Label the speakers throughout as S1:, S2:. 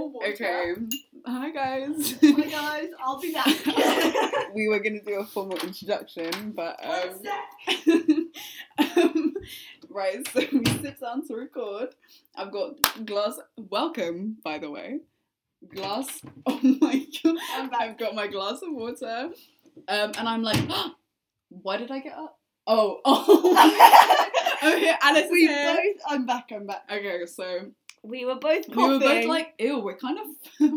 S1: Okay. Hi guys.
S2: Oh my guys, I'll be back. One
S1: we were gonna do a formal introduction, but um,
S2: sec.
S1: um, right. So we sit down to record. I've got glass. Welcome, by the way. Glass. Oh my god.
S2: I'm back.
S1: I've got my glass of water, um, and I'm like, why did I get up? Oh, oh. oh, here, Alice is
S2: we
S1: here.
S2: both. I'm back. I'm back.
S1: Okay, so
S2: We were both coughing.
S1: we were both like, ew, we're kind of,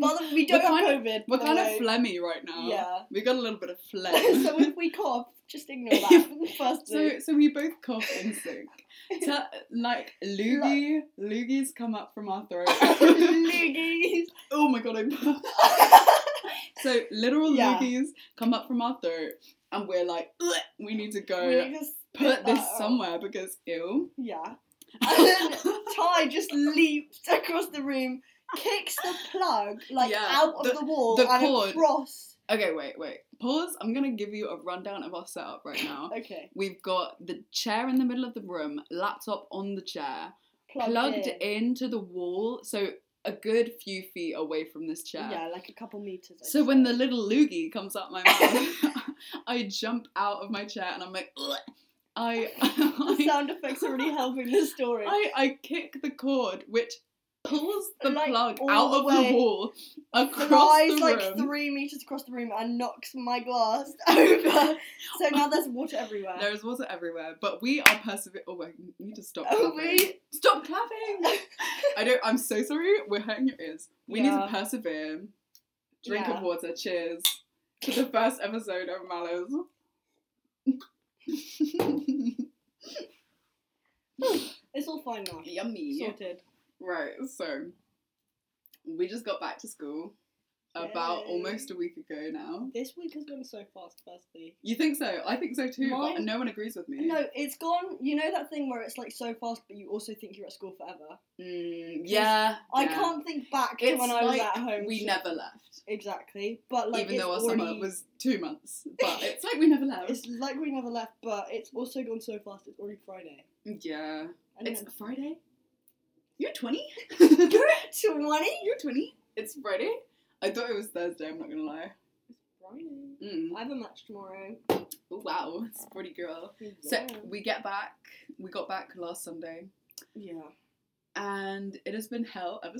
S2: But we don't
S1: we're
S2: have
S1: kind
S2: COVID.
S1: we're kind of
S2: so-
S1: phlegmy right now. Um.
S2: Yeah.
S1: We got a little bit of phlegm.
S2: so if we cough, just ignore that. First,
S1: So, so we both cough in sync. Ta- like loogie, loogies come up from our throat.
S2: loogies.
S1: oh my god, I burped. So literal
S2: Yeah.
S1: loogies come up from our throat, and we're like, "Ugh, we need to go
S2: We need to spit
S1: put
S2: that
S1: this
S2: out.
S1: somewhere because ew.
S2: Yeah. And then Ty just leaped across the room, kicks the plug like
S1: Yeah,
S2: out of
S1: the-
S2: the, wall
S1: the
S2: and
S1: cord.
S2: across.
S1: Okay, wait, wait. Pause. I'm gonna give you a rundown of our setup right now.
S2: Okay.
S1: We've got the chair in the middle of the room, laptop on the chair,
S2: Plugged,
S1: plugged
S2: in.
S1: into the wall, so a good few feet away from this chair.
S2: Yeah, like a couple meters. I'd
S1: So when
S2: say.
S1: the little loogie comes up my mouth, I jump out of my chair and I'm like, "Ugh." I,
S2: the
S1: I,
S2: sound effects are really helping the story.
S1: I, I kick the cord, which pulls the
S2: Like,
S1: plug
S2: all
S1: out
S2: the
S1: of
S2: way.
S1: the wall across
S2: Flies
S1: the
S2: like
S1: room.
S2: three meters across the room and knocks my glass over. So now there's water everywhere.
S1: There is water everywhere, but we are persevering. Oh, wait, we need to stop.
S2: Oh,
S1: clapping.
S2: we-
S1: stop clapping. I don't. I'm so sorry. We're hurting your ears. We need
S2: Yeah.
S1: to persevere. Drink
S2: Yeah.
S1: of water. Cheers to the first episode of Mallows.
S2: It's all fine now.
S1: Yummy.
S2: Sorted.
S1: Right. So we just got back to school about
S2: Yay.
S1: almost a week ago now.
S2: This week has gone so fast, firstly.
S1: You think so? I think so too. but
S2: Mine-
S1: no one agrees with me.
S2: No, it's gone. You know that thing where it's like so fast, but you also think you're at school forever?
S1: Mm, yeah.
S2: I
S1: yeah.
S2: can't think back to
S1: It's
S2: when I was
S1: like
S2: at home.
S1: We
S2: to-
S1: never left.
S2: Exactly. But like,
S1: even
S2: it's
S1: though our
S2: already,
S1: summer was two months. But it's like we never left.
S2: It's like we never left, but it's also gone so fast, it's already Friday.
S1: Yeah.
S2: And
S1: It's
S2: then-
S1: Friday. You're 20?
S2: You're at 20?
S1: You're 20? It's Friday? I thought it was Thursday, I'm not gonna lie.
S2: Friday.
S1: Mm.
S2: I have a match tomorrow.
S1: Oh, wow, it's pretty girl. So we get back, we got back last Sunday,
S2: yeah.
S1: and it has been hell ever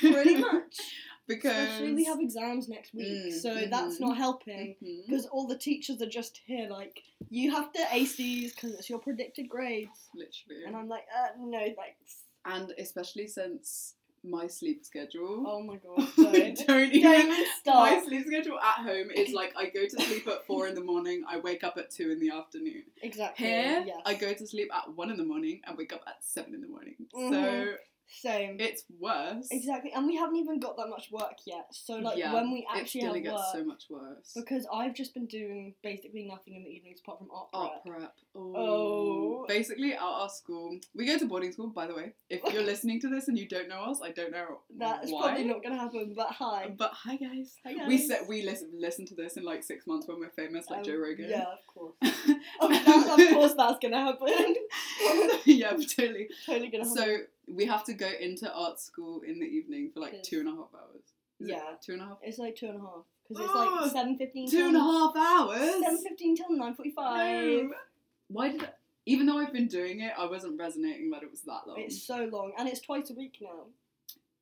S2: Pretty much.
S1: because.
S2: Especially we have exams next week,
S1: Mm,
S2: so
S1: mhm.
S2: that's not helping.
S1: Mhm.
S2: Because all the teachers are just here, like, you have to ace these because it's your predicted grades.
S1: Literally.
S2: And I'm like, uh, no thanks.
S1: and especially since my sleep schedule.
S2: Oh my god,
S1: we
S2: don't.
S1: don't
S2: Don't
S1: even
S2: even
S1: My
S2: start.
S1: sleep schedule at home is like I go to sleep at four in the morning, I wake up at two in the afternoon.
S2: Exactly.
S1: Here,
S2: yes.
S1: I go to sleep at one in the morning and wake up at seven in the morning. So
S2: Mhm. Same.
S1: it's worse.
S2: Exactly, and we haven't even got that much work yet. So like
S1: Yeah,
S2: when we
S1: It's
S2: actually
S1: gonna
S2: have
S1: get
S2: work,
S1: so much worse.
S2: because I've just been doing basically nothing in the evenings apart from art
S1: Art
S2: prep.
S1: prep. Oh.
S2: Oh.
S1: Basically, at our school, we go to boarding school. By the way, if you're listening to this and you don't know us, I don't know
S2: That's probably
S1: why.
S2: not gonna happen. But hi,
S1: But hi guys.
S2: hi guys.
S1: We said we listen listen to this in like six months when we're famous, like
S2: Um,
S1: Joe Rogan.
S2: Yeah, of course. of, that, of course, that's gonna happen.
S1: yeah, totally.
S2: totally gonna happen.
S1: So we have to go into art school in the evening for like
S2: Yes.
S1: two and a half hours. Is it
S2: Yeah.
S1: two and a half.
S2: it's like two and a half because
S1: Oh,
S2: it's like seven fifteen.
S1: Two and a half hours.
S2: um, Seven fifteen till nine forty five.
S1: No. Why did? I- even though I've been doing it, I wasn't resonating that it was that long.
S2: It's so long, and it's twice a week now.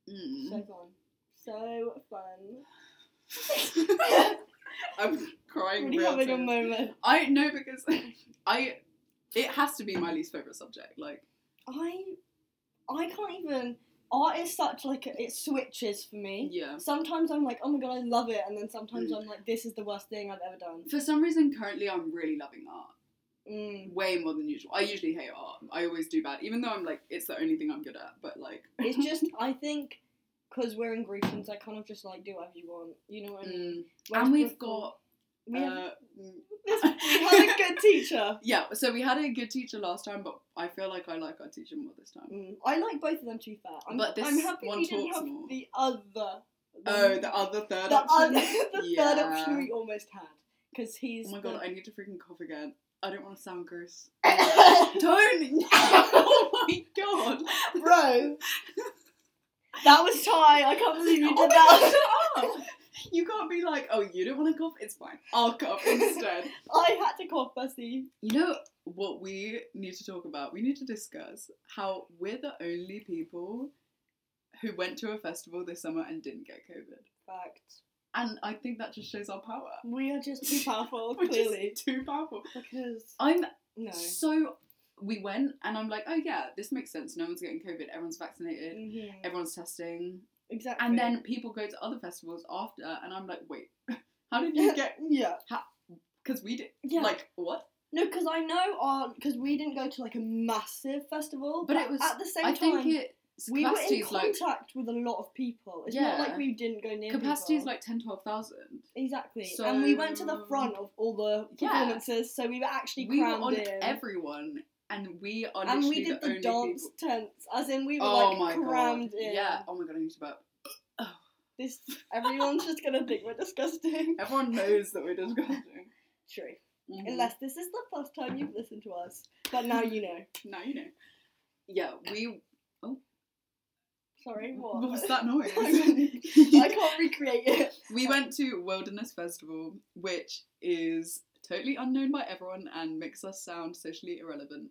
S1: Mm.
S2: So fun. So fun.
S1: I'm crying.
S2: really
S1: real
S2: having a
S1: tears.
S2: moment.
S1: I know because I. It has to be my least favorite subject. Like
S2: I I can't even art is such like a, it switches for me.
S1: yeah.
S2: Sometimes I'm like, oh my god, I love it, and then sometimes
S1: Mm.
S2: I'm like, this is the worst thing I've ever done.
S1: For some reason, currently I'm really loving art.
S2: Mm.
S1: way more than usual. I usually hate art. I always do bad, even though I'm like it's the only thing I'm good at. But like,
S2: It's just I think because we're in Greetings, I kind of just like do whatever you want. You know what I mean?
S1: mm.
S2: Whereas
S1: and we've
S2: before-
S1: got
S2: we have,
S1: uh,
S2: this, we had a good teacher.
S1: yeah. So we had a good teacher last time, but I feel like I like our teacher more this time.
S2: Mm. I like both of them to be fair. I'm,
S1: But this
S2: I'm happy
S1: one
S2: we didn't
S1: talks
S2: have
S1: more.
S2: the other.
S1: Oh, the other third
S2: the
S1: option.
S2: other, the third
S1: Yeah.
S2: option we almost had because he's.
S1: Oh my god, I need to freaking cough again. I don't want to sound gross.
S2: the-
S1: Don't. oh my god.
S2: bro. That was Ty. I can't believe you did
S1: Oh my
S2: that.
S1: God, shut up. You can't be like, oh, you don't want to cough? It's fine. I'll cough instead.
S2: I had to cough, Bessie.
S1: You know what we need to talk about? We need to discuss how we're the only people who went to a festival this summer and didn't get COVID.
S2: Fact.
S1: And I think that just shows our power.
S2: We are just too powerful,
S1: We're just
S2: clearly.
S1: too powerful.
S2: Because
S1: I'm
S2: no.
S1: so. We went and I'm like, oh yeah, this makes sense. No one's getting COVID. Everyone's vaccinated.
S2: Mhm.
S1: Everyone's testing.
S2: Exactly.
S1: And then people go to other festivals after, and I'm like, wait, how did you get?
S2: yeah.
S1: Because we did.
S2: Yeah.
S1: Like what?
S2: No, because I know our because we didn't go to like a massive festival,
S1: But
S2: but,
S1: it was-
S2: at the same
S1: I
S2: time
S1: think it
S2: we were in
S1: capacity's like
S2: contact with a lot of people. It's not
S1: Yeah.
S2: like we didn't go near
S1: capacity is
S2: people.
S1: like 10 12,000.
S2: exactly, and we went to the
S1: So-
S2: front of all the
S1: Yeah.
S2: performances, so we were actually
S1: We were
S2: crammed
S1: on
S2: in.
S1: everyone, and we are
S2: and
S1: literally
S2: we did
S1: the,
S2: the,
S1: only
S2: dance
S1: people.
S2: tents, as in we were
S1: oh
S2: like
S1: my
S2: crammed
S1: god!
S2: in.
S1: Yeah. Oh my god! I need to burp.
S2: This everyone's just gonna think we're disgusting.
S1: Everyone knows that we're disgusting.
S2: True.
S1: Mhm.
S2: Unless this is the first time you've listened to us, but now you know.
S1: Mm-hmm. now you know. Yeah, we.
S2: Sorry, what?
S1: What was that noise?
S2: I can't recreate it.
S1: we went to Wilderness Festival, which is totally unknown by everyone and makes us sound socially irrelevant,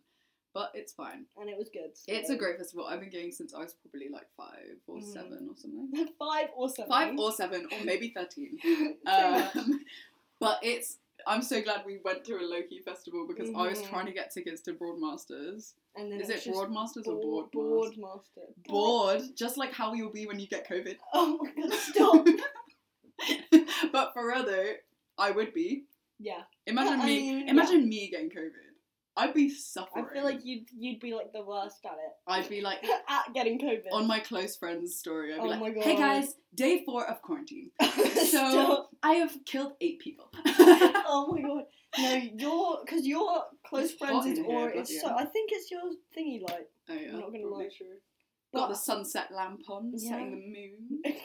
S1: but it's fine.
S2: And it was good. so-
S1: It's a great festival. I've been going since I was probably like five or
S2: Mhm.
S1: seven or something.
S2: Five or seven.
S1: Five or seven or maybe thirteen.
S2: Too much.
S1: Um, but it's. I'm so glad we went to a low key festival because I was
S2: Mhm.
S1: trying to get tickets to Broadmasters.
S2: and then
S1: Is
S2: it's
S1: it
S2: just
S1: Broadmasters or
S2: bored,
S1: Board?
S2: bored master.
S1: Bored, just like how you'll be when you get COVID.
S2: Oh my god! Stop.
S1: but for real though, I would be.
S2: yeah,
S1: Imagine
S2: I
S1: me.
S2: mean, yeah.
S1: imagine me getting COVID. I'd be suffering.
S2: I feel like you'd you'd be like the worst at it.
S1: I'd be like
S2: at getting COVID.
S1: on my close friend's story. I'd be
S2: Oh
S1: like,
S2: my
S1: "Hey
S2: God.
S1: guys, day four of quarantine. So
S2: Stop.
S1: I have killed eight people."
S2: oh my god! No, your because your close
S1: It's hot
S2: friends is
S1: in here,
S2: or
S1: bloody
S2: it's so.
S1: hell.
S2: I think it's your thingy light.
S1: Oh yeah,
S2: I'm not gonna
S1: probably
S2: lie.
S1: true.
S2: But-
S1: Got the sunset lamp on, setting the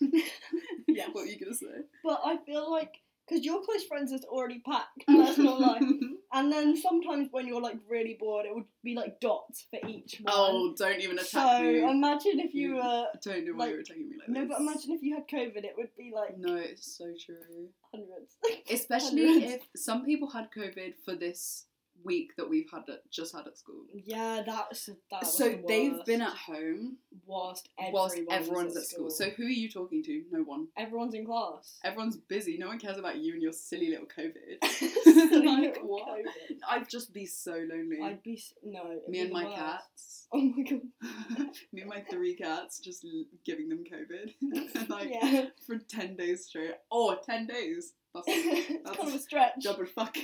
S1: moon. yeah, what were you gonna say?
S2: But I feel like because your close friends is already packed. That's not like. And then sometimes when you're like really bored, it would be like dots for each one.
S1: oh, don't even attack
S2: so
S1: me.
S2: imagine if you
S1: Mm.
S2: were
S1: I don't know why you
S2: like-
S1: were attacking me like
S2: no,
S1: this.
S2: but imagine if you had COVID, it would be like
S1: No, it's so true.
S2: hundreds.
S1: Especially
S2: Hundreds.
S1: if some people had COVID for this week that we've had at, just had at school.
S2: yeah, that's that.
S1: so they've been at home
S2: whilst
S1: whilst everyone's at school. So who are you talking to? No one.
S2: everyone's in class.
S1: Everyone's busy. No one cares about you and your silly little COVID.
S2: Like,
S1: what?
S2: COVID.
S1: I'd just be so lonely.
S2: I'd be s- no. it'd
S1: me
S2: be
S1: and
S2: the
S1: my
S2: worst.
S1: cats.
S2: Oh my god.
S1: me and my three cats just l- giving them COVID like
S2: yeah,
S1: for 10 days straight. Oh, 10 days. That's
S2: it's kind of a
S1: that's-
S2: stretch.
S1: double fuck.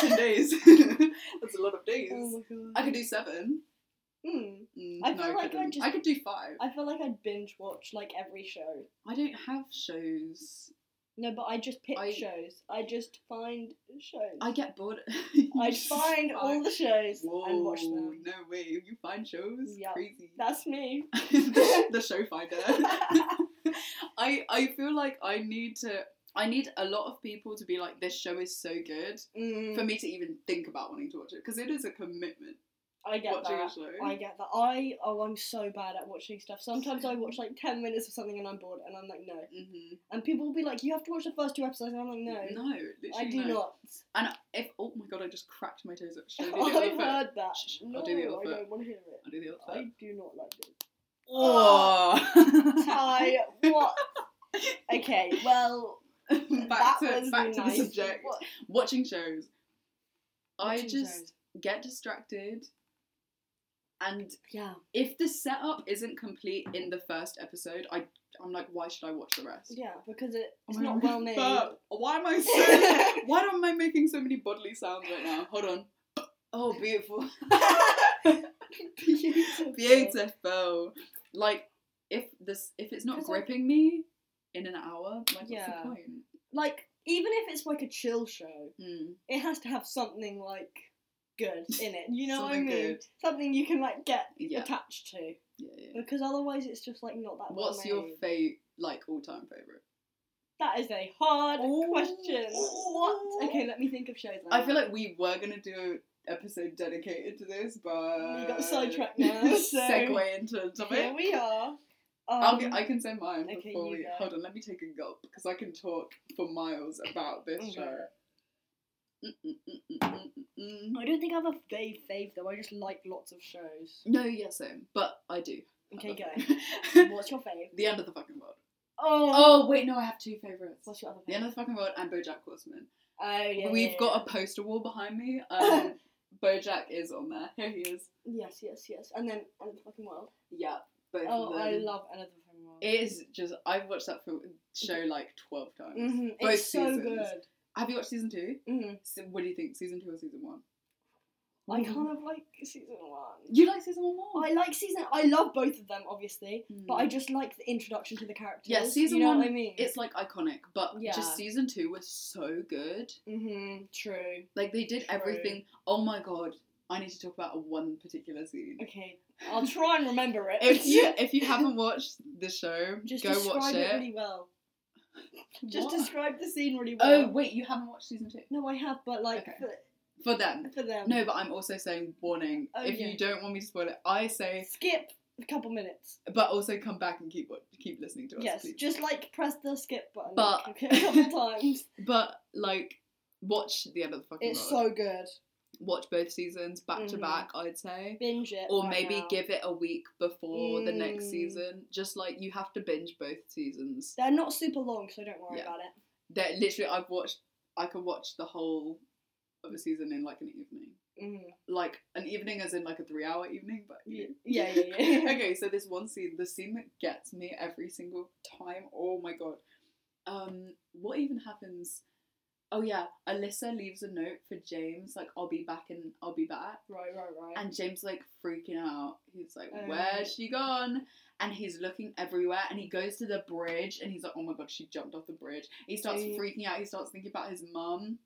S1: 10 days. That's a lot of days.
S2: Oh my god.
S1: I could do seven.
S2: Hmm.
S1: Mm,
S2: I
S1: no,
S2: feel
S1: I,
S2: like I'd
S1: couldn't.
S2: just-
S1: I could do five.
S2: I feel like I'd binge watch like every show.
S1: I don't have shows.
S2: No, but I just pick
S1: I-
S2: shows. I just find shows.
S1: I get bored.
S2: I find all the shows and watch
S1: Whoa,
S2: them.
S1: No way. You find shows?
S2: Yep.
S1: Crazy.
S2: That's me.
S1: the, the show finder. I I feel like I need to I need a lot of people to be like this show is so good
S2: Mm,
S1: for me to even think about wanting to watch it because it is a commitment
S2: I get
S1: watching
S2: that.
S1: a show.
S2: I get that. I oh, I'm so bad at watching stuff. Sometimes I watch like ten minutes of something and I'm bored, and I'm like no.
S1: Mhm.
S2: And people will be like, you have to watch the first two episodes, and I'm like no,
S1: no, literally
S2: I do
S1: no.
S2: not.
S1: And if oh my god, I just cracked my toes up. Should I do the
S2: I
S1: other foot?
S2: heard that.
S1: Shh, shh,
S2: No,
S1: I'll
S2: I
S1: do the other foot.
S2: don't want to hear it.
S1: I'll do the other foot.
S2: I do not like it.
S1: Oh.
S2: Ty, what? Okay, well, that
S1: back to
S2: was
S1: back to the
S2: nice.
S1: subject.
S2: What-
S1: Watching shows. I
S2: watching
S1: just
S2: shows.
S1: get distracted and
S2: yeah.
S1: if the setup isn't complete in the first episode, I I'm like, why should I watch the rest?
S2: Yeah, because it,
S1: Oh
S2: it's
S1: my
S2: not
S1: God,
S2: well made.
S1: burp. Why am I so? why am I making so many bodily sounds right now? Hold on. Oh, beautiful,
S2: Beautiful.
S1: beautiful. Like if this if it's not
S2: 'Cause I-
S1: gripping me in an hour, like what's
S2: Yeah.
S1: the point?
S2: Like, even if it's like a chill show,
S1: Hmm.
S2: it has to have something like good in it. You know
S1: Something
S2: what I mean?
S1: good.
S2: Something you can like get
S1: Yeah,
S2: attached to.
S1: yeah, yeah.
S2: Because otherwise, it's just like not that well
S1: What's your
S2: made.
S1: fate like all time favorite?
S2: That is a hard
S1: Ooh.
S2: question. What?
S1: Ooh.
S2: Okay, let me think of shows.
S1: I feel like we were gonna do an episode dedicated to this, but
S2: We got sidetracked now, so-
S1: segue into
S2: here
S1: something.
S2: we are.
S1: I'll
S2: Um,
S1: get, I can send mine
S2: okay,
S1: before
S2: you
S1: we.
S2: go.
S1: Hold on, let me take a gulp because I can talk for miles about this
S2: Okay.
S1: show. Mm-mm-mm-mm-mm-mm-mm.
S2: I don't think I have a fave fave though. I just like lots of shows.
S1: No, yes, same, but I do.
S2: Okay, go.
S1: go.
S2: What's your fave?
S1: the end of the fucking world.
S2: Oh,
S1: Oh wait, no, I have two favorites.
S2: What's your other
S1: The
S2: fave?
S1: end of the fucking world and BoJack Horseman.
S2: Oh yeah.
S1: We've
S2: yeah,
S1: got a poster wall behind me. Um, BoJack is on there. Here he is.
S2: yeah. Yes, yes, yes. And then End of the Fucking World.
S1: Yeah, both of
S2: Oh,
S1: them.
S2: I love End of the Fucking World.
S1: It is just I've watched that film show like twelve times.
S2: hmm
S1: Both
S2: It's so
S1: seasons.
S2: good.
S1: Have you watched season two?
S2: hmm
S1: Se- What do you think? Season two or season one?
S2: I kind of like season one.
S1: You like season one more?
S2: I like season. I love both of them, obviously,
S1: Hmm.
S2: but I just like the introduction to the characters.
S1: Yeah, season
S2: you know
S1: one
S2: What I mean,
S1: it's like iconic, but
S2: Yeah.
S1: just season two was so good.
S2: hmm true.
S1: Like they did
S2: True.
S1: everything. Oh my god, I need to talk about one particular scene.
S2: Okay, I'll try and remember it.
S1: If you if you haven't watched the show,
S2: just
S1: go
S2: describe
S1: watch it.
S2: it really well. Just
S1: What?
S2: describe the scene really well.
S1: Oh wait, you haven't watched season two
S2: No, I have, but like
S1: Okay.
S2: for,
S1: for them.
S2: for them.
S1: No, but I'm also saying warning.
S2: Oh,
S1: if
S2: yeah.
S1: you don't want me to spoil it, I say,
S2: skip a couple minutes.
S1: but also come back and keep wa- keep listening to us.
S2: yes,
S1: please.
S2: just like press the skip button
S1: But-
S2: like, a couple times.
S1: But like, watch the end of the fucking
S2: It's
S1: world.
S2: so good.
S1: watch both seasons back to
S2: Mhm.
S1: back. I'd say.
S2: Binge it.
S1: Or
S2: right
S1: maybe
S2: now.
S1: give it a week before the next
S2: Mm.
S1: season. Just like you have to binge both seasons.
S2: They're not super long, so don't worry
S1: Yeah.
S2: about it.
S1: That literally, I've watched. I could watch the whole of a season in like an evening.
S2: Mm.
S1: Like an evening, as in like a three-hour evening. But
S2: Yeah, yeah, yeah. yeah.
S1: okay, so this one scene, the scene that gets me every single time. Oh my god. Um, what even happens? Oh yeah, Alyssa leaves a note for James, like I'll be back and I'll be back.
S2: right, right, right.
S1: And James like freaking out. He's like,
S2: Oh.
S1: Where's she gone? And he's looking everywhere and he goes to the bridge and he's like, Oh my god, she jumped off the bridge. He starts
S2: Yeah.
S1: freaking out, he starts thinking about his mum.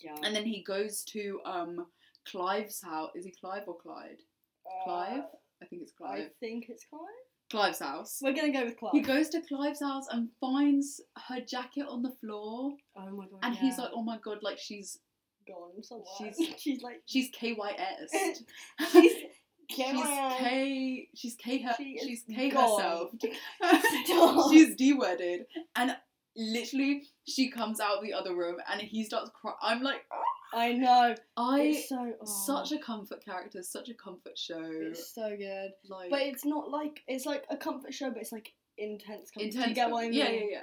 S2: yeah.
S1: And then he goes to um Clive's house. Is he Clive or Clyde?
S2: Uh,
S1: Clive? I think it's Clive.
S2: I think it's Clive.
S1: Clive's house.
S2: We're gonna go with Clive.
S1: He goes to Clive's house and finds her jacket on the floor,
S2: oh my god.
S1: and he's
S2: yeah.
S1: like, "Oh my god! Like she's
S2: gone somewhere.
S1: She's-
S2: She's she's like
S1: she's KYS. she's
S2: she's Cameron.
S1: K. She's K. Her,
S2: She is
S1: she's K
S2: gone.
S1: herself.
S2: Stop.
S1: she's D-worded, and literally she comes out the other room, and he starts crying. I'm like,
S2: I know.
S1: I
S2: it's so oh,
S1: such a comfort character, such a comfort show.
S2: It's so good.
S1: Like
S2: But it's not like it's like a comfort show, but it's like intense. Comfort.
S1: intense.
S2: Do you get what I mean?
S1: Yeah, yeah, yeah.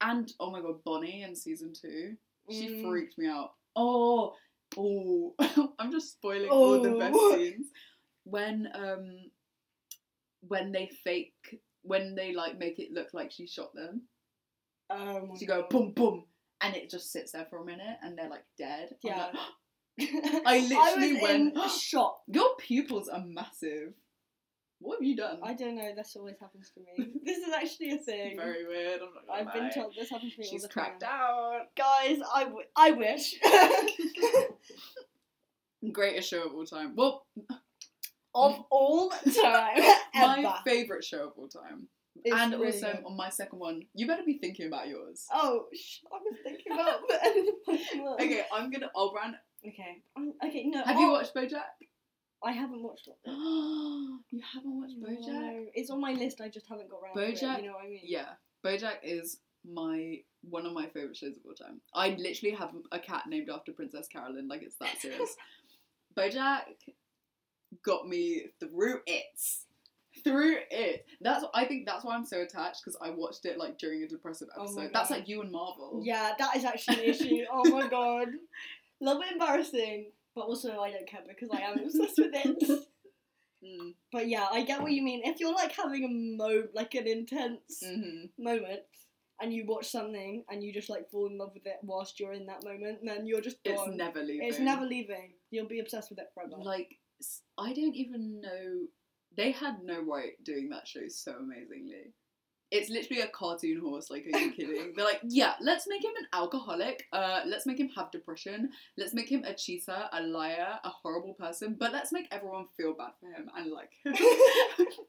S1: And oh my god, Bonnie in season two. She
S2: Mm.
S1: freaked me out. Oh, oh, I'm just spoiling all the best
S2: Oh.
S1: scenes. When um, when they fake, when they like make it look like she shot them,
S2: Oh my
S1: so you go
S2: God.
S1: boom, boom, and it just sits there for a minute, and they're like dead. I'm
S2: Yeah.
S1: like,
S2: I
S1: literally
S2: was
S1: went-
S2: in shock.
S1: Your pupils are massive. What have you done?
S2: I don't know. This always happens to me. this is actually a thing.
S1: Very weird. I'm not gonna
S2: I've been
S1: lie.
S2: told this happens to me. all
S1: She's
S2: the
S1: cracked
S2: time.
S1: out.
S2: Guys, I, w- I wish.
S1: Greatest show of all time. Well,
S2: of all time ever.
S1: my favorite show of all time.
S2: It's
S1: and
S2: really
S1: also
S2: good.
S1: on my second one, you better be thinking about yours.
S2: Oh, sh- I was thinking about the end of the fucking world.
S1: Okay, I'm gonna. I'll rant.
S2: Okay. Um, okay. No.
S1: Have
S2: oh,
S1: you watched BoJack?
S2: I haven't watched it.
S1: you haven't watched
S2: No,
S1: BoJack.
S2: It's on my list. I just haven't got round to it.
S1: BoJack-
S2: You know what I mean?
S1: Yeah, BoJack is my one of my favorite shows of all time. I literally have a cat named after Princess Carolyn. Like it's that serious. BoJack got me through it. Through it. That's. I think that's why I'm so attached because I watched it like during a depressive
S2: Oh my
S1: episode. that's
S2: God.
S1: like you and Marvel.
S2: Yeah, that is actually an issue. oh my god. Little bit embarrassing, but also I don't care because I am obsessed with it.
S1: Mm.
S2: But yeah, I get what you mean. If you're like having a mo like an intense
S1: hmm
S2: moment and you watch something and you just like fall in love with it whilst you're in that moment, then you're just
S1: It's
S2: gone.
S1: never leaving.
S2: It's never leaving. You'll be obsessed with it forever.
S1: like s- I don't even know. They had no right doing that show so amazingly. It's literally a cartoon horse. Like, are you kidding? They're like, yeah, let's make him an alcoholic. Uh, let's make him have depression. Let's make him a cheater, a liar, a horrible person. But let's make everyone feel bad for him and like. him."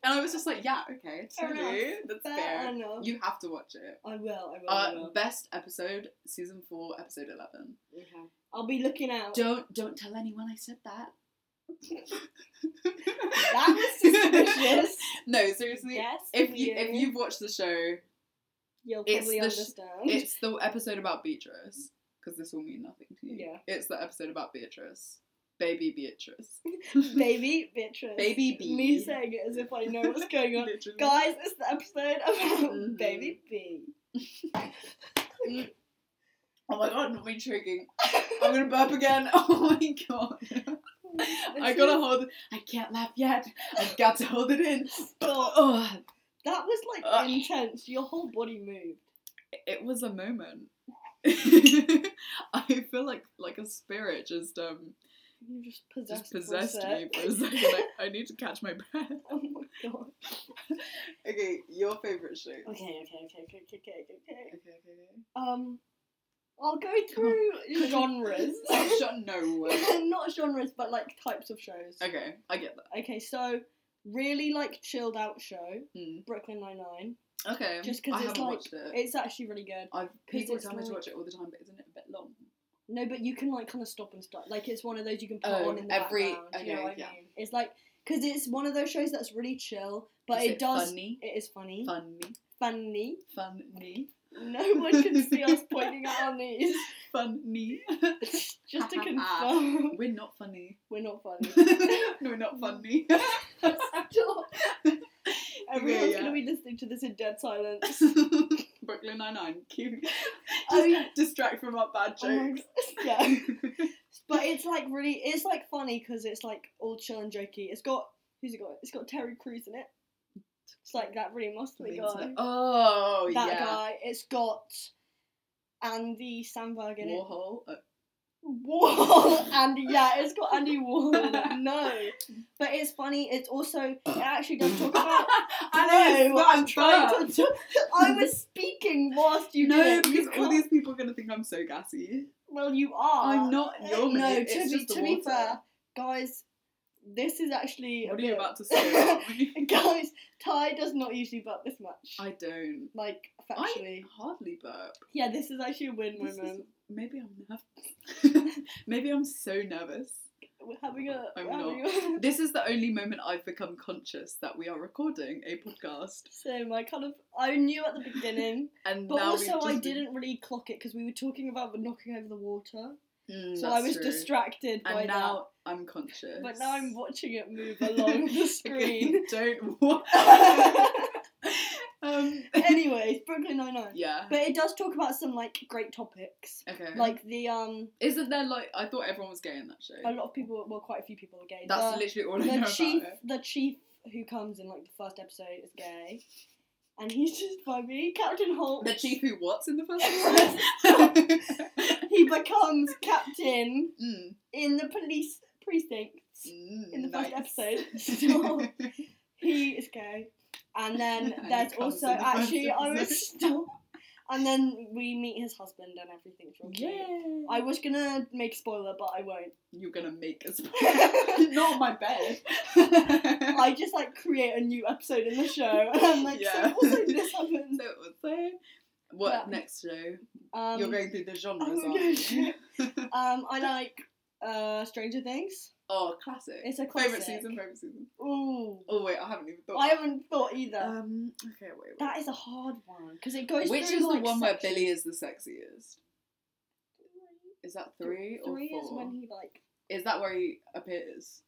S1: and I was just like, yeah, okay,
S2: Fair
S1: totally, that's
S2: Fair
S1: fair.
S2: enough.
S1: You have to watch it.
S2: I will. I will. I
S1: Uh,
S2: will.
S1: best episode, season four, episode eleven.
S2: Okay. I'll be looking out.
S1: Don't don't tell anyone I said that.
S2: That was suspicious.
S1: No, seriously.
S2: yes.
S1: If you if you've watched the show,
S2: will
S1: it's
S2: probably
S1: the sh-
S2: understand.
S1: it's the episode about Beatrice because this will mean nothing to you.
S2: Yeah.
S1: It's the episode about Beatrice, baby Beatrice,
S2: Baby Beatrice.
S1: baby B.
S2: Me saying it as if I know what's going on.
S1: Literally.
S2: Guys, it's the episode about
S1: Mhm.
S2: Baby B.
S1: Oh my god, not me choking. I'm gonna burp again. Oh my god. I
S2: This
S1: gotta
S2: is-
S1: hold it. I can't laugh yet. I got to hold it in. Oh.
S2: Stop.
S1: Ugh.
S2: That was like
S1: Ugh.
S2: intense. Your whole body moved.
S1: it was a moment. I feel like like a spirit just um
S2: You just possessed,
S1: just possessed
S2: for a
S1: me
S2: sec.
S1: for a second. I, I need to catch my breath.
S2: oh my god.
S1: Okay, your favorite show. Okay,
S2: Okay, okay, okay, okay, okay, okay, okay.
S1: okay, okay.
S2: Um, I'll go through genres.
S1: Shut no way.
S2: Not genres, but like types of shows.
S1: Okay, I get that.
S2: Okay, so really like chilled out show,
S1: Mm.
S2: Brooklyn Nine Nine.
S1: Okay,
S2: Just 'cause
S1: I
S2: it's
S1: haven't
S2: like-
S1: watched it.
S2: It's actually really good.
S1: I've, people
S2: it's
S1: tell me to
S2: like-
S1: watch it all the time, but isn't it a bit long?
S2: No, but you can like kind of stop and start. Like it's one of those you can put
S1: Oh,
S2: on in the
S1: every-
S2: background. do you know
S1: okay,
S2: what I
S1: yeah.
S2: mean? It's like because it's one of those shows that's really chill, but
S1: Is
S2: it, does.
S1: funny,
S2: It is funny.
S1: funny,
S2: Funny.
S1: funny,
S2: No one can see us pointing at our knees.
S1: funny.
S2: Just to confirm,
S1: We're not funny.
S2: we're not funny.
S1: We're not funny.
S2: Stop. Everyone's
S1: yeah.
S2: gonna be listening to this in dead silence.
S1: Brooklyn Nine Nine. Cute.
S2: Oh, yeah.
S1: Distract from our bad
S2: Oh my
S1: jokes.
S2: God. yeah. But it's like really, it's like funny because it's like all chill and jokey. It's got who's it got? It's got Terry Crews in it. It's like that really muscly guy.
S1: oh
S2: that
S1: yeah.
S2: guy. It's got Andy Sandberg in it.
S1: Warhol. Uh,
S2: Warhol. Andy, yeah, it's got Andy Warhol. in it. No, but it's funny. It's also it actually does talk about.
S1: I know,
S2: No,
S1: but
S2: I'm
S1: I'm
S2: trying
S1: burped.
S2: to. talk- I was speaking whilst you did
S1: No,
S2: it. You
S1: because all
S2: can't-
S1: these people are gonna think I'm so gassy.
S2: Well, you are.
S1: I'm not your
S2: Uh, No,
S1: mate.
S2: to
S1: it's
S2: be
S1: just the
S2: to be
S1: water.
S2: fair, guys, this is actually. a
S1: What are you
S2: bit-
S1: about to say? about me?
S2: Guys, Ty does not usually butt this much.
S1: I don't.
S2: like factually,
S1: I hardly burp.
S2: yeah, this is actually a win
S1: This is-
S2: moment.
S1: maybe I'm nervous. maybe I'm so nervous.
S2: We're having a.
S1: I'm
S2: we're having a-
S1: This is the only moment I've become conscious that we are recording a podcast,
S2: so I kind of I knew at the beginning,
S1: and
S2: but
S1: now we've
S2: also
S1: just
S2: I
S1: been-
S2: didn't really clock it because we were talking about the knocking over the water,
S1: Mm,
S2: so I
S1: that's
S2: was
S1: true.
S2: distracted by
S1: And now I'm conscious.
S2: that. But now I'm watching it move along the screen.
S1: Okay, don't wa- um.
S2: Anyways, Brooklyn Nine Nine.
S1: Yeah.
S2: But it does talk about some like great topics,
S1: Okay.
S2: like the um.
S1: isn't there like I thought everyone was gay in that show.
S2: A lot of people, well, quite a few people are gay.
S1: That's
S2: uh, The-
S1: literally all I know
S2: the chief,
S1: about it.
S2: the chief who comes in like the first episode is gay, and he's just funny. Captain Holt.
S1: The chief who what's in the first episode?
S2: He becomes captain
S1: Mm,
S2: in the police precinct.
S1: mm,
S2: In the first
S1: nice.
S2: episode. Oh, So- He is gay, and then
S1: And he
S2: there's
S1: comes
S2: also
S1: in the first
S2: actually I
S1: episode.
S2: was still, and then we meet his husband and everything's real cute.
S1: yeah.
S2: I was gonna make a spoiler, but I won't.
S1: You're gonna make us not on my bed.
S2: I just like create a new episode in the show, and I'm like,
S1: Yeah.
S2: so also this happens.
S1: So it was there. What
S2: Yeah.
S1: next show?
S2: Um,
S1: You're going through the genres,
S2: oh,
S1: aren't you?
S2: Um, I like uh, Stranger Things.
S1: Oh, classic.
S2: It's a
S1: Favorite
S2: classic.
S1: season, favorite season.
S2: Ooh,
S1: Oh wait, I haven't even thought.
S2: I haven't thought either.
S1: um. Okay, wait. wait.
S2: that is a hard one because it goes.
S1: Which
S2: through,
S1: is the
S2: like,
S1: one where
S2: sections.
S1: Billy is the sexiest? Is that three or
S2: Three
S1: four?
S2: is when he like.
S1: Is that where he appears?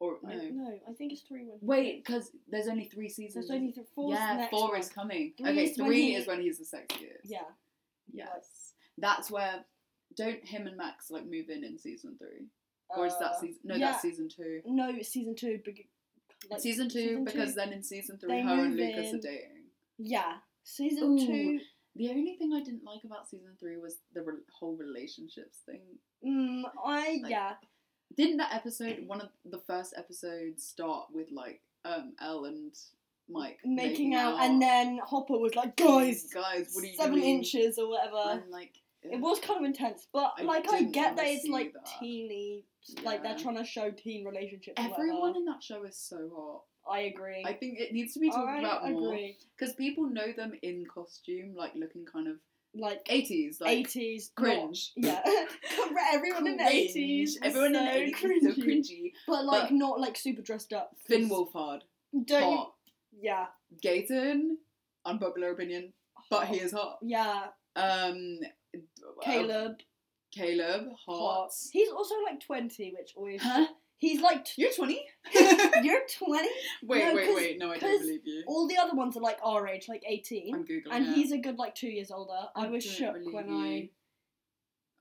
S1: Or
S2: I-
S1: no?
S2: no, I think it's three when.
S1: Wait, because there's only three seasons.
S2: there's only th- four.
S1: yeah,
S2: next
S1: four
S2: one.
S1: is coming.
S2: Three
S1: okay,
S2: is when
S1: three
S2: he-
S1: is when he's the sexiest.
S2: Yeah,
S1: Yes. That's where don't him and Max like move in in season three, or is that
S2: Uh,
S1: season? No,
S2: yeah.
S1: that's season two.
S2: No, it's season two. Big, like,
S1: season two
S2: season two.
S1: because then in season three,
S2: They
S1: her and
S2: move
S1: Lucas
S2: in.
S1: are dating.
S2: yeah, season
S1: Ooh.
S2: two.
S1: The only thing I didn't like about season three was the re- whole relationships thing.
S2: Mm, I
S1: Like-
S2: yeah.
S1: Didn't that episode, one of the first episodes, start with like um Elle and Mike
S2: Making out, and then Hopper was like, guys,
S1: guys, what are you
S2: seven
S1: doing?
S2: inches or whatever.
S1: And, like
S2: It was kind of intense, but
S1: I
S2: like I
S1: didn't
S2: get that
S1: wanna
S2: it's
S1: see
S2: like
S1: that.
S2: teeny, like they're
S1: Yeah.
S2: trying to show teen relationships. and
S1: Everyone
S2: whatever.
S1: in that show is so
S2: I agree.
S1: hot. I think it needs to be talked
S2: I
S1: about more
S2: agree.
S1: because people know them in costume, like looking kind of
S2: like
S1: Eighties, like
S2: eighties
S1: cringe.
S2: Yeah, Correct, everyone in the
S1: Cringe.
S2: eighties.
S1: Everyone in the
S2: so
S1: 80s
S2: cringy.
S1: so cringy.
S2: but like
S1: but-
S2: not like super dressed up. 'cause
S1: Finn Wolfhard,
S2: Don't.
S1: hot.
S2: Yeah.
S1: Gayton, unpopular opinion, but he is hot.
S2: Yeah,
S1: Um, uh,
S2: Caleb.
S1: Caleb, hot.
S2: Hot. He's also like twenty, which always
S1: Huh?
S2: he's like t-
S1: You're twenty.
S2: you're twenty.
S1: Wait,
S2: No,
S1: wait,
S2: 'cause-
S1: wait. No, I
S2: 'cause
S1: don't believe you.
S2: All the other ones are like our age, like eighteen,
S1: I'm googling.
S2: and
S1: it.
S2: he's a good like two years older. I, was
S1: don't
S2: shook
S1: believe
S2: when
S1: you.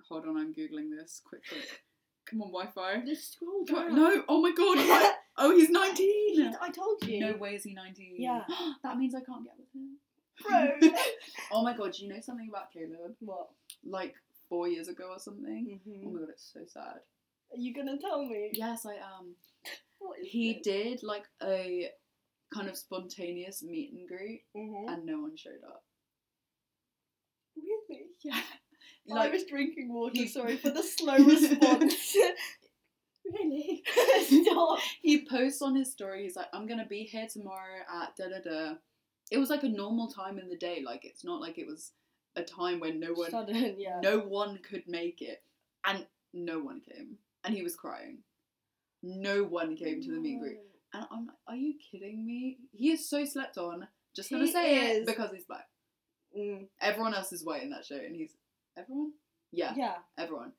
S1: Hold on, I'm googling this quick. quick. Come on,
S2: I.
S1: Wi-Fi.
S2: Just scroll
S1: What?
S2: down.
S1: No. Oh my god. what? Oh, he's nineteen.
S2: He's- I told you,
S1: No way is he nineteen.
S2: Yeah.
S1: that means I can't get with him.
S2: bro.
S1: Oh my god. You know something about Caleb?
S2: what?
S1: Like four years ago or something. Oh
S2: Mhm.
S1: my god, it's so sad.
S2: Are you gonna tell me?
S1: Yes, I am.
S2: What is
S1: He
S2: this?
S1: did like a kind of spontaneous meet and greet,
S2: Mhm.
S1: and no one showed up.
S2: Really?
S1: Yeah.
S2: I
S1: Like
S2: was drinking water.
S1: he-
S2: Sorry for the slow response. really? Stop.
S1: he posts on his story, he's like, I'm gonna be here tomorrow at da da da. It was like a normal time in the day, like it's not like it was a time when no one
S2: Sudden, yeah.
S1: no one could make it. And no one came. And he was crying. No one came to the meet and greet.
S2: No.
S1: And I'm like, Are you kidding me? He is so slept on. Just gonna
S2: He
S1: say
S2: is.
S1: it because he's black.
S2: Mm.
S1: Everyone else is white in that show and he's everyone? Yeah,
S2: Yeah.
S1: everyone.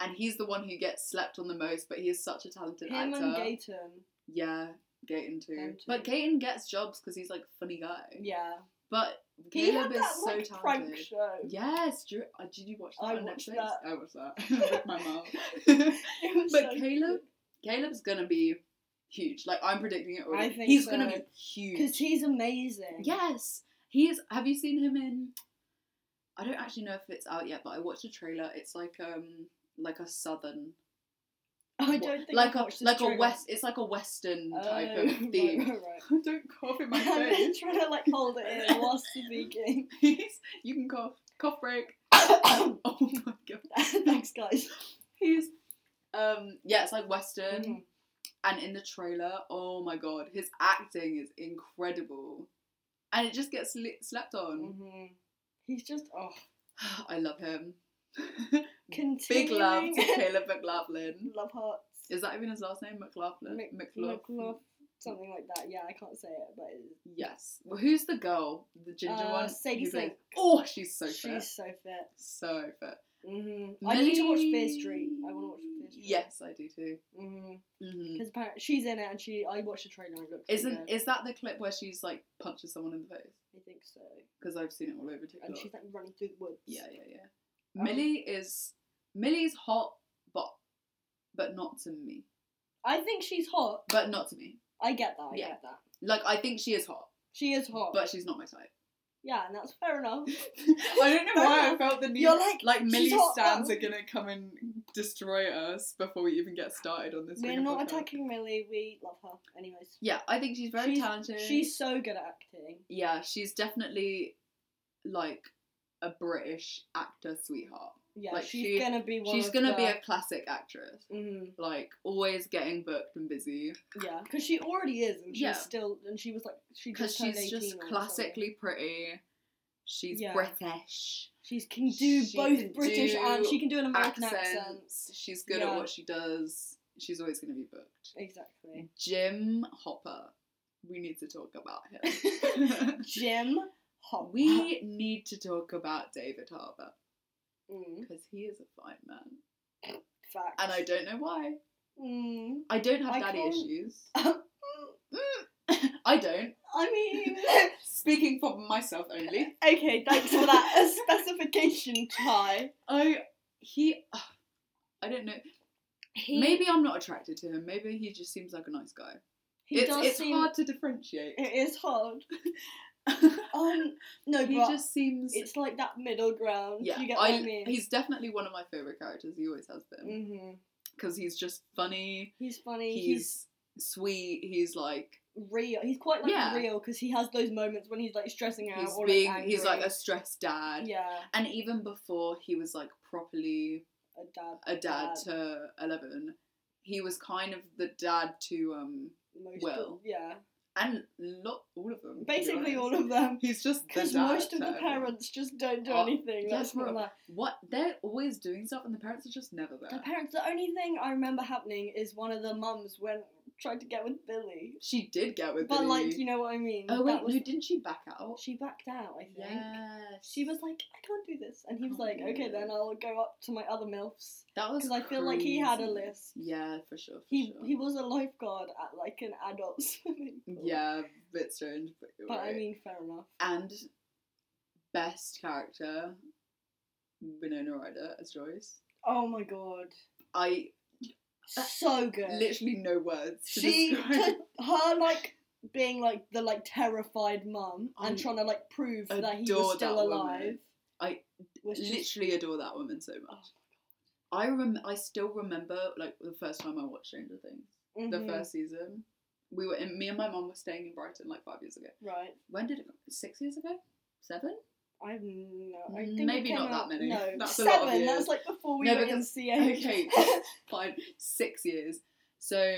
S1: And he's the one who gets slept on the most, but he is such a talented
S2: Him
S1: actor.
S2: and Gayton.
S1: Yeah, Gayton too.
S2: Them too.
S1: But Gayton gets jobs because he's like a funny guy.
S2: Yeah.
S1: But
S2: He
S1: Caleb
S2: had
S1: is
S2: that
S1: so
S2: like prank
S1: talented.
S2: show.
S1: Yes, do you, uh, did you watch that
S2: I
S1: on
S2: watched
S1: Netflix?
S2: that.
S1: I watched that with my mom.
S2: It was
S1: but
S2: so
S1: Caleb, Caleb's gonna be huge. Like I'm predicting it already.
S2: I think
S1: he's
S2: so.
S1: gonna be
S2: because
S1: huge.
S2: he's amazing.
S1: Yes, he is. Have you seen him in? I don't actually know if it's out yet, but I watched a trailer. It's like um like a southern
S2: Oh, I
S1: wa-
S2: don't think
S1: like
S2: I've
S1: a
S2: watched this
S1: like a
S2: trailer.
S1: west. It's like a western
S2: Oh,
S1: type of
S2: right,
S1: theme.
S2: right, right.
S1: don't cough in
S2: I'm been trying to like hold it in whilst speaking.
S1: He's- you can cough. Cough break. oh my god.
S2: Thanks, guys.
S1: He's um yeah, it's like Western
S2: Mhm.
S1: and in the trailer, oh my god, his acting is incredible. And it just gets sle- slept on.
S2: Mhm. He's just oh,
S1: I love him.
S2: continuing.
S1: Big love to Caleb McLaughlin.
S2: love hearts.
S1: Is that even his last name? McLaughlin?
S2: Mc-
S1: McLaughlin.
S2: McLaugh- something like that. Yeah, I can't say it, but it's,
S1: Yes. Well, who's the girl? The ginger
S2: Uh,
S1: one?
S2: Sadie
S1: who plays-
S2: Sink.
S1: Oh, she's so
S2: she's
S1: fit.
S2: so fit.
S1: So fit.
S2: hmm I need to watch Fear Street. I want to watch Fear Street.
S1: Yes, I do too.
S2: Because
S1: hmm
S2: apparently she's in it, and she I watched the trailer and it looks.
S1: Isn't
S2: good.
S1: is that the clip where she's like punches someone in the face?
S2: I think so.
S1: Because I've seen it all over TikTok.
S2: And she's like running through the woods.
S1: yeah, yeah, yeah.
S2: Um,
S1: Millie is Millie's hot, but but not to me.
S2: I think she's hot.
S1: But not to me.
S2: I get that. I
S1: Yeah.
S2: get that.
S1: Like I think she is hot,
S2: She is hot.
S1: but she's not my type.
S2: yeah, and that's fair enough.
S1: I don't know why I felt the need.
S2: You're like,
S1: like
S2: she's
S1: Millie's
S2: hot, um,
S1: stands
S2: but-
S1: are gonna come and destroy us before we even get started on this.
S2: We're
S1: freaking
S2: not
S1: podcast.
S2: attacking Millie. We love her. Anyways,
S1: Yeah, I think she's very
S2: She's-
S1: talented.
S2: she's so good at acting.
S1: yeah, she's definitely like a British actor sweetheart.
S2: Yeah,
S1: Like,
S2: she's
S1: she-
S2: gonna be one.
S1: She's
S2: of
S1: gonna
S2: the,
S1: be a classic actress,
S2: Mhm,
S1: like always getting booked and busy
S2: yeah, because she already is, and she's
S1: Yeah.
S2: still, and she was like, she
S1: because
S2: just turned
S1: she's
S2: 18
S1: just
S2: or something.
S1: classically pretty. She's
S2: Yeah.
S1: British.
S2: She's can do
S1: she
S2: both
S1: can
S2: British
S1: do
S2: and she can do an American
S1: accents.
S2: accent.
S1: She's good
S2: Yeah.
S1: at what she does. She's always gonna be booked.
S2: Exactly.
S1: Jim Hopper. We need to talk about him.
S2: Jim Hopper.
S1: we need to talk about David Harbour
S2: mm,
S1: because he is a fine man,
S2: facts.
S1: and I don't know why.
S2: Mm,
S1: I don't have
S2: I
S1: daddy
S2: can't-
S1: issues. I don't.
S2: I mean,
S1: Speaking for myself only.
S2: okay, thanks for that specification, Ty.
S1: I he ugh, I don't know. Maybe I'm not attracted to him. Maybe he just seems like a nice guy.
S2: he
S1: it's
S2: does
S1: it's
S2: seem.
S1: hard to differentiate.
S2: It is hard. Um, no,
S1: he
S2: but
S1: just seems
S2: it's like that middle ground.
S1: yeah.
S2: you get
S1: I,
S2: what I mean.
S1: He's definitely one of my favorite characters. He always has been
S2: hmm
S1: because he's just funny.
S2: He's funny. He's,
S1: He's, sweet. He's like
S2: real. He's quite like
S1: Yeah.
S2: real because he has those moments when he's like stressing out
S1: he's
S2: or
S1: being
S2: like,
S1: he's like a
S2: angry.
S1: stressed dad.
S2: yeah,
S1: And even before he was like properly
S2: a dad.
S1: a dad to Eleven, he was kind of the dad to um
S2: most
S1: Will.
S2: yeah,
S1: and lot all of them. to be
S2: Basically,
S1: honest.
S2: all of them.
S1: He's just the
S2: Because
S1: dad
S2: most of
S1: to
S2: the
S1: everyone.
S2: parents just don't do
S1: Oh,
S2: anything.
S1: yeah,
S2: That's what
S1: bro.
S2: like.
S1: What they're always doing stuff, and the parents are just never
S2: The
S1: there.
S2: parents. The only thing I remember happening is one of the mums went tried to get with Billy,
S1: She did get with
S2: but
S1: Billy.
S2: like you know what I mean.
S1: oh wait,
S2: That was-
S1: no, didn't she back out?
S2: she backed out. I think.
S1: Yes. Oh,
S2: She was like, I can't do this, and he was
S1: Can't
S2: like,
S1: do
S2: okay,
S1: this.
S2: then I'll go up to my other milfs
S1: That was
S2: because I feel like he had a
S1: crazy.
S2: list.
S1: Yeah, for sure. For
S2: He
S1: sure.
S2: he was a lifeguard at like an adult swimming pool.
S1: Yeah, bit strange, but you're
S2: but
S1: right.
S2: I mean, fair enough.
S1: and best character, Winona Ryder as Joyce.
S2: Oh my god,
S1: I
S2: so good.
S1: Uh, literally no words to
S2: she
S1: describe.
S2: to, her like being like the like terrified mum and
S1: I
S2: trying to like prove that he
S1: adore
S2: was
S1: that
S2: still
S1: woman.
S2: alive.
S1: I
S2: was just-
S1: literally adore that woman so much.
S2: Oh
S1: I rem- I still remember like the first time I watched Stranger Things,
S2: Mhm,
S1: the first season. We were in, me and my mum were staying in Brighton like five years ago.
S2: right.
S1: When did it? Six years ago? Seven?
S2: I've no. I
S1: Mm,
S2: think it
S1: maybe
S2: came
S1: not that
S2: out-
S1: many.
S2: No,
S1: That's a
S2: seven.
S1: lot of years.
S2: That's like before we
S1: No,
S2: were in
S1: because-
S2: CA.
S1: Okay, fine. Six years. So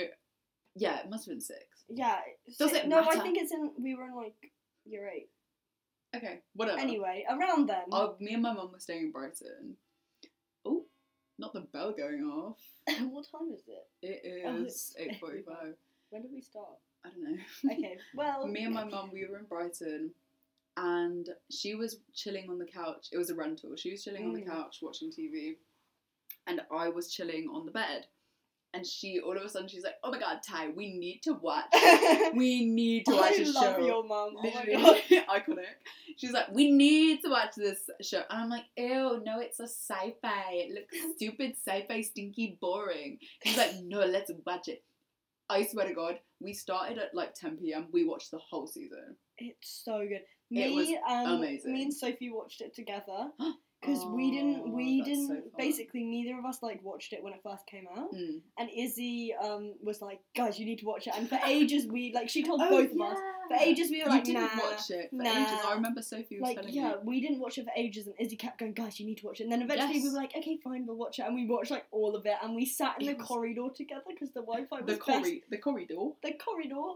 S1: yeah, it must have been six.
S2: yeah.
S1: Does
S2: si-
S1: it
S2: No, I
S1: matter?
S2: think it's in. We were in like year eight.
S1: Okay, whatever.
S2: Anyway, around then.
S1: Uh, me and my mum were staying in Brighton. Oh, not the bell going off.
S2: what time is it?
S1: It
S2: Oh,
S1: is
S2: it's-
S1: eight forty-five.
S2: When did we start?
S1: I don't know.
S2: Okay. Well.
S1: me and my mum, we were in Brighton, and she was chilling on the couch. It was a rental. She was chilling on the
S2: Mm.
S1: couch watching TV, and I was chilling on the bed. And she, all of a sudden, she's like, "Oh my god, Ty, we need to watch. We need to watch
S2: I
S1: a
S2: love
S1: show."
S2: your mum. Oh my
S1: literally
S2: god.
S1: iconic. She's like, we need to watch this show, and I'm like, ew, no, it's a sci-fi. It looks stupid, sci-fi, stinky, boring. She's like, no, let's watch it. I swear to God, we started at like 10 p.m. We watched the whole season.
S2: It's so good. Me,
S1: It was
S2: um,
S1: amazing.
S2: Me and Sophie watched it together because we didn't. We
S1: Oh, that's so
S2: didn't.
S1: fun.
S2: basically, neither of us like watched it when it first came out.
S1: Mm.
S2: And Izzy um was like, "Guys, you need to watch it." And for ages, we like she told both of us. For ages, we were
S1: Oh, You
S2: like,
S1: didn't
S2: "Nah."
S1: watch it for
S2: nah.
S1: ages. I remember Sophie was
S2: Like
S1: telling
S2: yeah,
S1: me.
S2: we didn't watch it for ages, and Izzy kept going, "Guys, you need to watch it." And then eventually, we
S1: Yes.
S2: were like, "Okay, fine, we'll watch it." And we watched like all of it, and we sat in
S1: It
S2: the
S1: was-
S2: corridor together because the Wi-Fi was
S1: The,
S2: best.
S1: corri- the corridor.
S2: The corridor,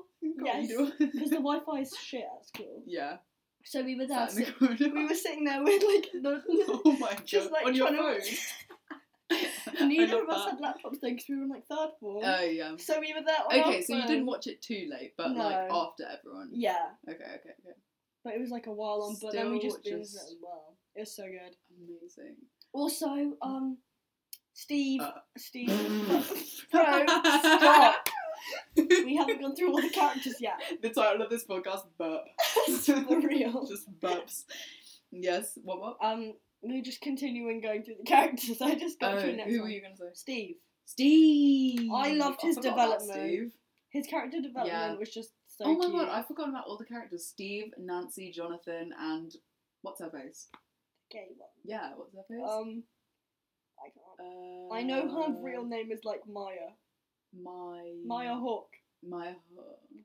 S2: Yes.
S1: Corridor.
S2: because the Wi-Fi is shit at school.
S1: yeah.
S2: So we were there.
S1: Sat in the
S2: sit-
S1: corridor.
S2: we were sitting there with like the,
S1: oh my god.
S2: just like
S1: On your
S2: trying
S1: phone.
S2: to-
S1: I
S2: neither
S1: love
S2: of us
S1: that.
S2: had laptops though because we were in like third form.
S1: Oh yeah.
S2: so we were there. On
S1: Okay,
S2: our
S1: so you didn't
S2: phone.
S1: watch it too late, but
S2: No.
S1: like after everyone.
S2: Yeah,
S1: Okay, okay, okay.
S2: but it was like a while on. But then we
S1: Still
S2: just binged it
S1: just-
S2: as well. It was so good.
S1: Amazing.
S2: Also, um, Steve,
S1: Mm. Uh.
S2: Steve, bro, stop. We haven't gone through all the characters yet.
S1: The title of this podcast, burp.
S2: For real.
S1: Just burps. Yes. What? What?
S2: Um, we're just continuing going through the characters. I just got
S1: Oh,
S2: to the next
S1: who were
S2: one.
S1: you gonna say?
S2: Steve.
S1: Steve.
S2: I loved his
S1: forgot about
S2: development.
S1: Steve.
S2: His character development
S1: Yeah.
S2: was just so
S1: oh my
S2: cute.
S1: god, I've forgotten about all the characters: Steve, Nancy, Jonathan, and what's her face?
S2: Gay one.
S1: Yeah, what's her face?
S2: Um, I can't.
S1: Uh,
S2: Um, I know her real name is like Maya.
S1: My.
S2: Maya Hawk.
S1: Maya.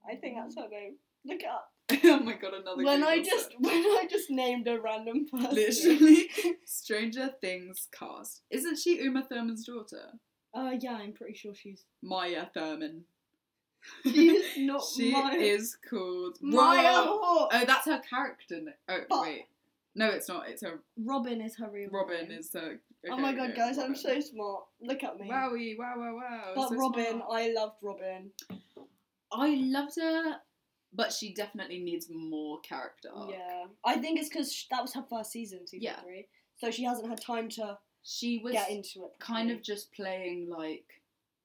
S2: I think that's her name. Look it up.
S1: oh my god, another.
S2: When I
S1: Google
S2: just
S1: search.
S2: when I just named a random person.
S1: literally Stranger Things cast. Isn't she Uma Thurman's daughter?
S2: Uh, yeah, I'm pretty sure she's.
S1: Maya Thurman.
S2: She's not
S1: she
S2: Maya.
S1: is called
S2: Maya
S1: Ro-
S2: Hawk.
S1: Oh, that's her character. na- Oh
S2: But-
S1: wait, no, it's not. It's her.
S2: Robin is her real.
S1: Robin
S2: name.
S1: is her.
S2: oh
S1: okay,
S2: my god,
S1: okay,
S2: guys, I'm
S1: Robin.
S2: so smart. Look at me.
S1: Wowie, wow, wow, wow.
S2: but
S1: so
S2: Robin,
S1: smart.
S2: I loved Robin.
S1: I loved her, but she definitely needs more character. arc.
S2: Yeah, I think it's because that was her first season, season
S1: Yeah.
S2: three. So she hasn't had time to
S1: she was
S2: get into it.
S1: kind
S2: properly.
S1: of just playing like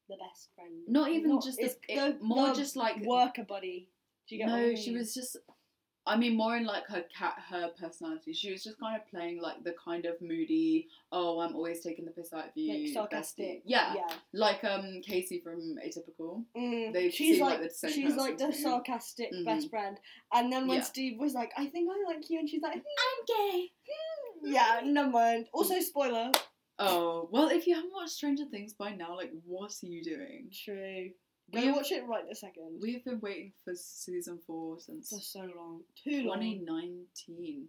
S2: the best friend.
S1: not even
S2: Not-
S1: just the,
S2: it's the-
S1: it- more
S2: the
S1: just like
S2: worker buddy. Do you get what I
S1: no,
S2: mean?
S1: she was just. I mean, more in like her cat, her personality. She was just kind of playing like the kind of moody. Oh, I'm always taking the piss out of you.
S2: like
S1: bestie."
S2: sarcastic.
S1: Yeah,
S2: yeah.
S1: like um Casey from Atypical.
S2: Mm,
S1: They
S2: she's
S1: seem like
S2: like,
S1: the same
S2: she's like
S1: person
S2: the
S1: to me.
S2: sarcastic
S1: Mhm.
S2: best friend. And then when
S1: Yeah.
S2: Steve was like, "I think I like you," and she's like, "Hmm,
S1: I'm gay.
S2: "Yeah, never mind." Also, spoiler.
S1: Oh well, if you haven't watched Stranger Things by now, like what are you doing?
S2: True. Go
S1: We
S2: watch it right this second.
S1: we've been waiting for season four since
S2: for so long. Too long.
S1: 2019.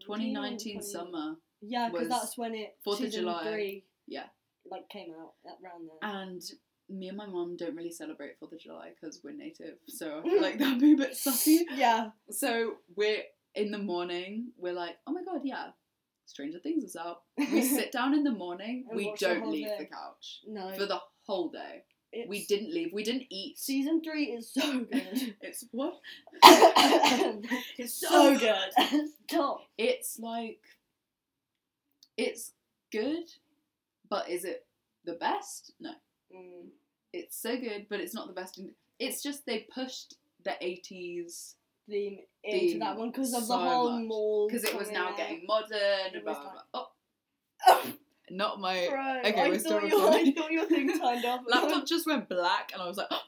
S1: 2019
S2: 20.
S1: summer.
S2: Yeah, because
S1: was
S2: that's when it.
S1: Fourth of
S2: season
S1: July.
S2: Three,
S1: Yeah. Ah,
S2: Like came out at- around there.
S1: and me and my mum don't really celebrate Fourth of July because we're native, so I feel like that'd be a bit sussy.
S2: yeah.
S1: So we're in the morning. We're like, oh my god, yeah, Stranger Things is out. We sit down in the morning.
S2: And
S1: we
S2: watch the
S1: don't
S2: whole
S1: leave
S2: day.
S1: the couch
S2: No.
S1: for the whole day. We
S2: it's-
S1: didn't leave. We didn't eat.
S2: Season three is so good.
S1: It's what? It's
S2: so good. Stop.
S1: It's like, it's good, but is it the best? No.
S2: Mm.
S1: It's so good, but it's not the best. In- it's just they pushed the 80s
S2: Theme into
S1: Theme
S2: that one because of
S1: so
S2: the whole
S1: much.
S2: mall.
S1: because it was
S2: coming
S1: now
S2: out.
S1: getting modern.
S2: It
S1: Blah,
S2: was
S1: blah,
S2: like-
S1: blah. Oh, not my.
S2: Right.
S1: Okay,
S2: I,
S1: we're still
S2: thought your, I
S1: recording.
S2: thought your thing turned off.
S1: laptop just went black, and I was like, oh,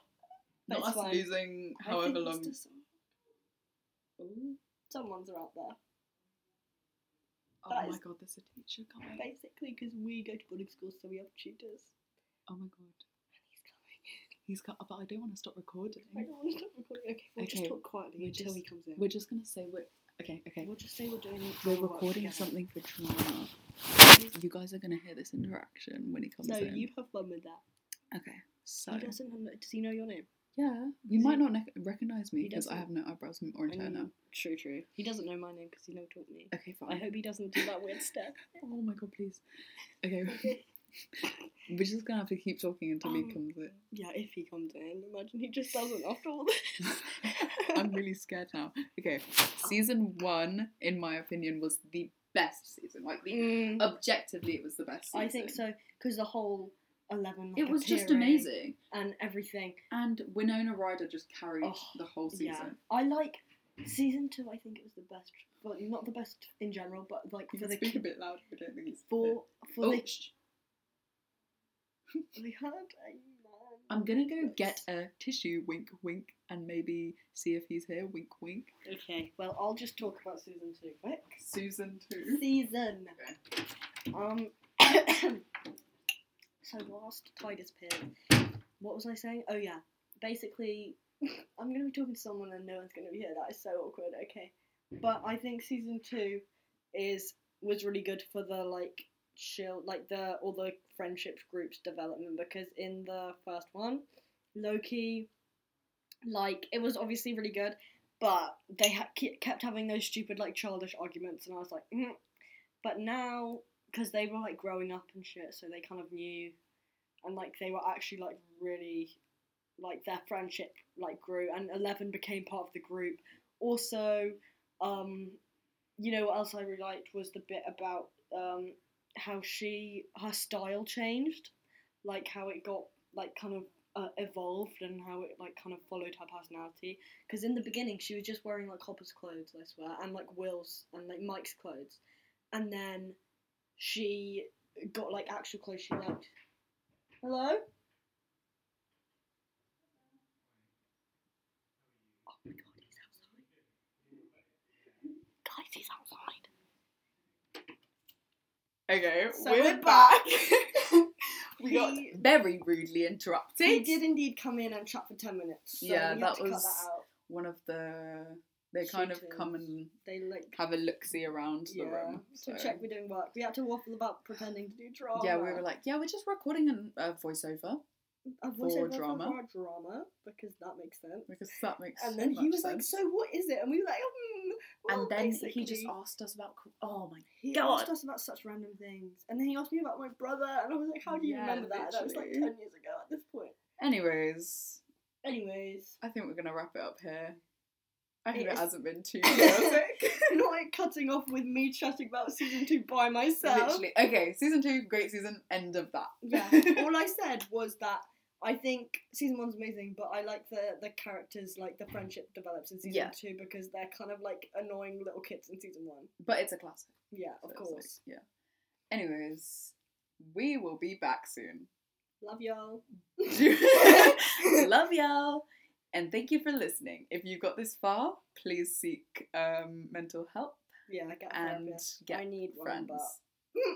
S1: not
S2: That's
S1: us
S2: fine.
S1: losing
S2: I think
S1: however
S2: it's
S1: long.
S2: just-
S1: Ooh.
S2: Someone's out there,
S1: Oh
S2: That
S1: my
S2: is-
S1: god, there's a teacher coming.
S2: basically, because we go to boarding school, so we have tutors.
S1: Oh my god,
S2: He's coming.
S1: he's got. But I don't want to stop recording.
S2: I don't want to stop oh, recording. Okay, we'll just
S1: Okay,
S2: talk quietly
S1: we're
S2: until
S1: just-
S2: he comes in.
S1: We're just gonna say we're okay. Okay,
S2: We'll just say we're doing it.
S1: we're
S2: while we work
S1: recording
S2: together.
S1: something for drama. You guys are gonna hear this interaction when he comes
S2: So
S1: in.
S2: you have fun with that.
S1: okay, so
S2: He doesn't. have- Does he know your name?
S1: yeah, you
S2: Is
S1: might
S2: he-
S1: not nec- recognize me
S2: He
S1: because I have
S2: doesn't.
S1: no eyebrows and orange hair
S2: And-
S1: now.
S2: Mm, True, true. He doesn't know my name because he never taught me.
S1: Okay, fine.
S2: I hope he doesn't do that weird step.
S1: Oh my god, please. Okay, we're just gonna have to keep talking until he
S2: Um,
S1: comes in.
S2: Yeah, if he comes in, imagine he just doesn't after all this.
S1: I'm really scared now. Okay, season one, in my opinion, was the best season. Like the
S2: Mm,
S1: objectively, it was the best. Season.
S2: I think so because the whole eleven. Like,
S1: It was just
S2: appearing
S1: amazing,
S2: and everything.
S1: and Winona Ryder just carried
S2: Oh,
S1: the whole season.
S2: Yeah, I like season two. I think it was the best. Well, not the best in general, but like
S1: You
S2: for
S1: can
S2: the
S1: speak a
S2: ki-
S1: bit loud. I don't think it's
S2: for for
S1: Oh,
S2: the
S1: shh.
S2: we had. a-
S1: I'm gonna go get a tissue. Wink, wink, and maybe see if he's here. Wink, wink.
S2: Okay, well, I'll just talk about season two quick.
S1: Susan too.
S2: Season. Um. so whilst Tiger's Pin, what was I saying? Oh yeah, basically, I'm gonna be talking to someone and no one's gonna be here. That is so awkward. Okay, but I think season two is was really good for the like chill, like the all the friendships groups development because in the first one, Loki, like it was obviously really good. But they ha- ke- kept having those stupid, like, childish arguments, and I was like, mm, but now because they were like growing up and shit so they kind of knew and like they were actually like really like their friendship like grew and 11 became part of the group also um you know what else i really liked was the bit about um how she her style changed like how it got like kind of uh, evolved and how it like kind of followed her personality because in the beginning she was just wearing like hopper's clothes i swear and like will's and like mike's clothes and then she got like actual clothes she liked. Hello? Oh my god, he's outside. Guys, he's outside.
S1: Okay,
S2: So
S1: we're,
S2: we're
S1: back. we
S2: He-
S1: got very rudely interrupted.
S2: He did indeed come in and chat for 10 minutes. So
S1: Yeah,
S2: we
S1: that
S2: had to cut
S1: was-
S2: that out.
S1: One of the they kind of
S2: Shooters.
S1: come and
S2: They like.
S1: have a look see around the
S2: yeah,
S1: room. So.
S2: to check we're doing work. We had to waffle about pretending to do drama.
S1: yeah, we were like, yeah, we're just recording an- a voiceover
S2: a voiceover
S1: drama.
S2: For drama, because that makes sense.
S1: because that makes.
S2: And then
S1: much
S2: he was like,
S1: sense.
S2: "So what is it?" And we were like, "Hmm." well,
S1: and then he just
S2: basically,
S1: asked us about. co- Oh my.
S2: he
S1: God.
S2: asked us about such random things, and then he asked me about my brother, and I was like, "How do you
S1: Yeah,
S2: remember that?" That was like
S1: literally.
S2: ten years ago at this point.
S1: Anyways,
S2: Anyways,
S1: I think we're gonna wrap it up here. I hope
S2: It
S1: it,
S2: is-
S1: hasn't been too chaotic.
S2: not like cutting off with me chatting about season two by myself.
S1: Literally, okay, season two, great season. End of that.
S2: Yeah. All I said was that. I think season one's amazing, but I like the, the characters, like the friendship develops in season
S1: Yeah.
S2: two because they're kind of like annoying little kids in season one.
S1: but it's a classic.
S2: Yeah, of
S1: so it's like,
S2: course.
S1: yeah. Anyways, we will be back soon.
S2: Love y'all.
S1: Love y'all. And thank you for listening. If you got this far, please seek um, mental help
S2: Yeah, I get
S1: and
S2: therapy.
S1: get
S2: I need
S1: friends.
S2: one,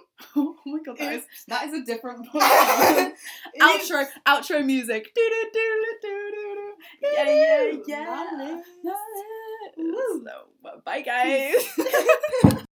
S1: oh my god, that is,
S2: It's-
S1: that is a different
S2: but
S1: podcast. outro, outro music. Doo-doo-doo-doo-doo-doo-doo. Yeah, yeah, yeah.
S2: Love it.
S1: Love it. So, bye guys.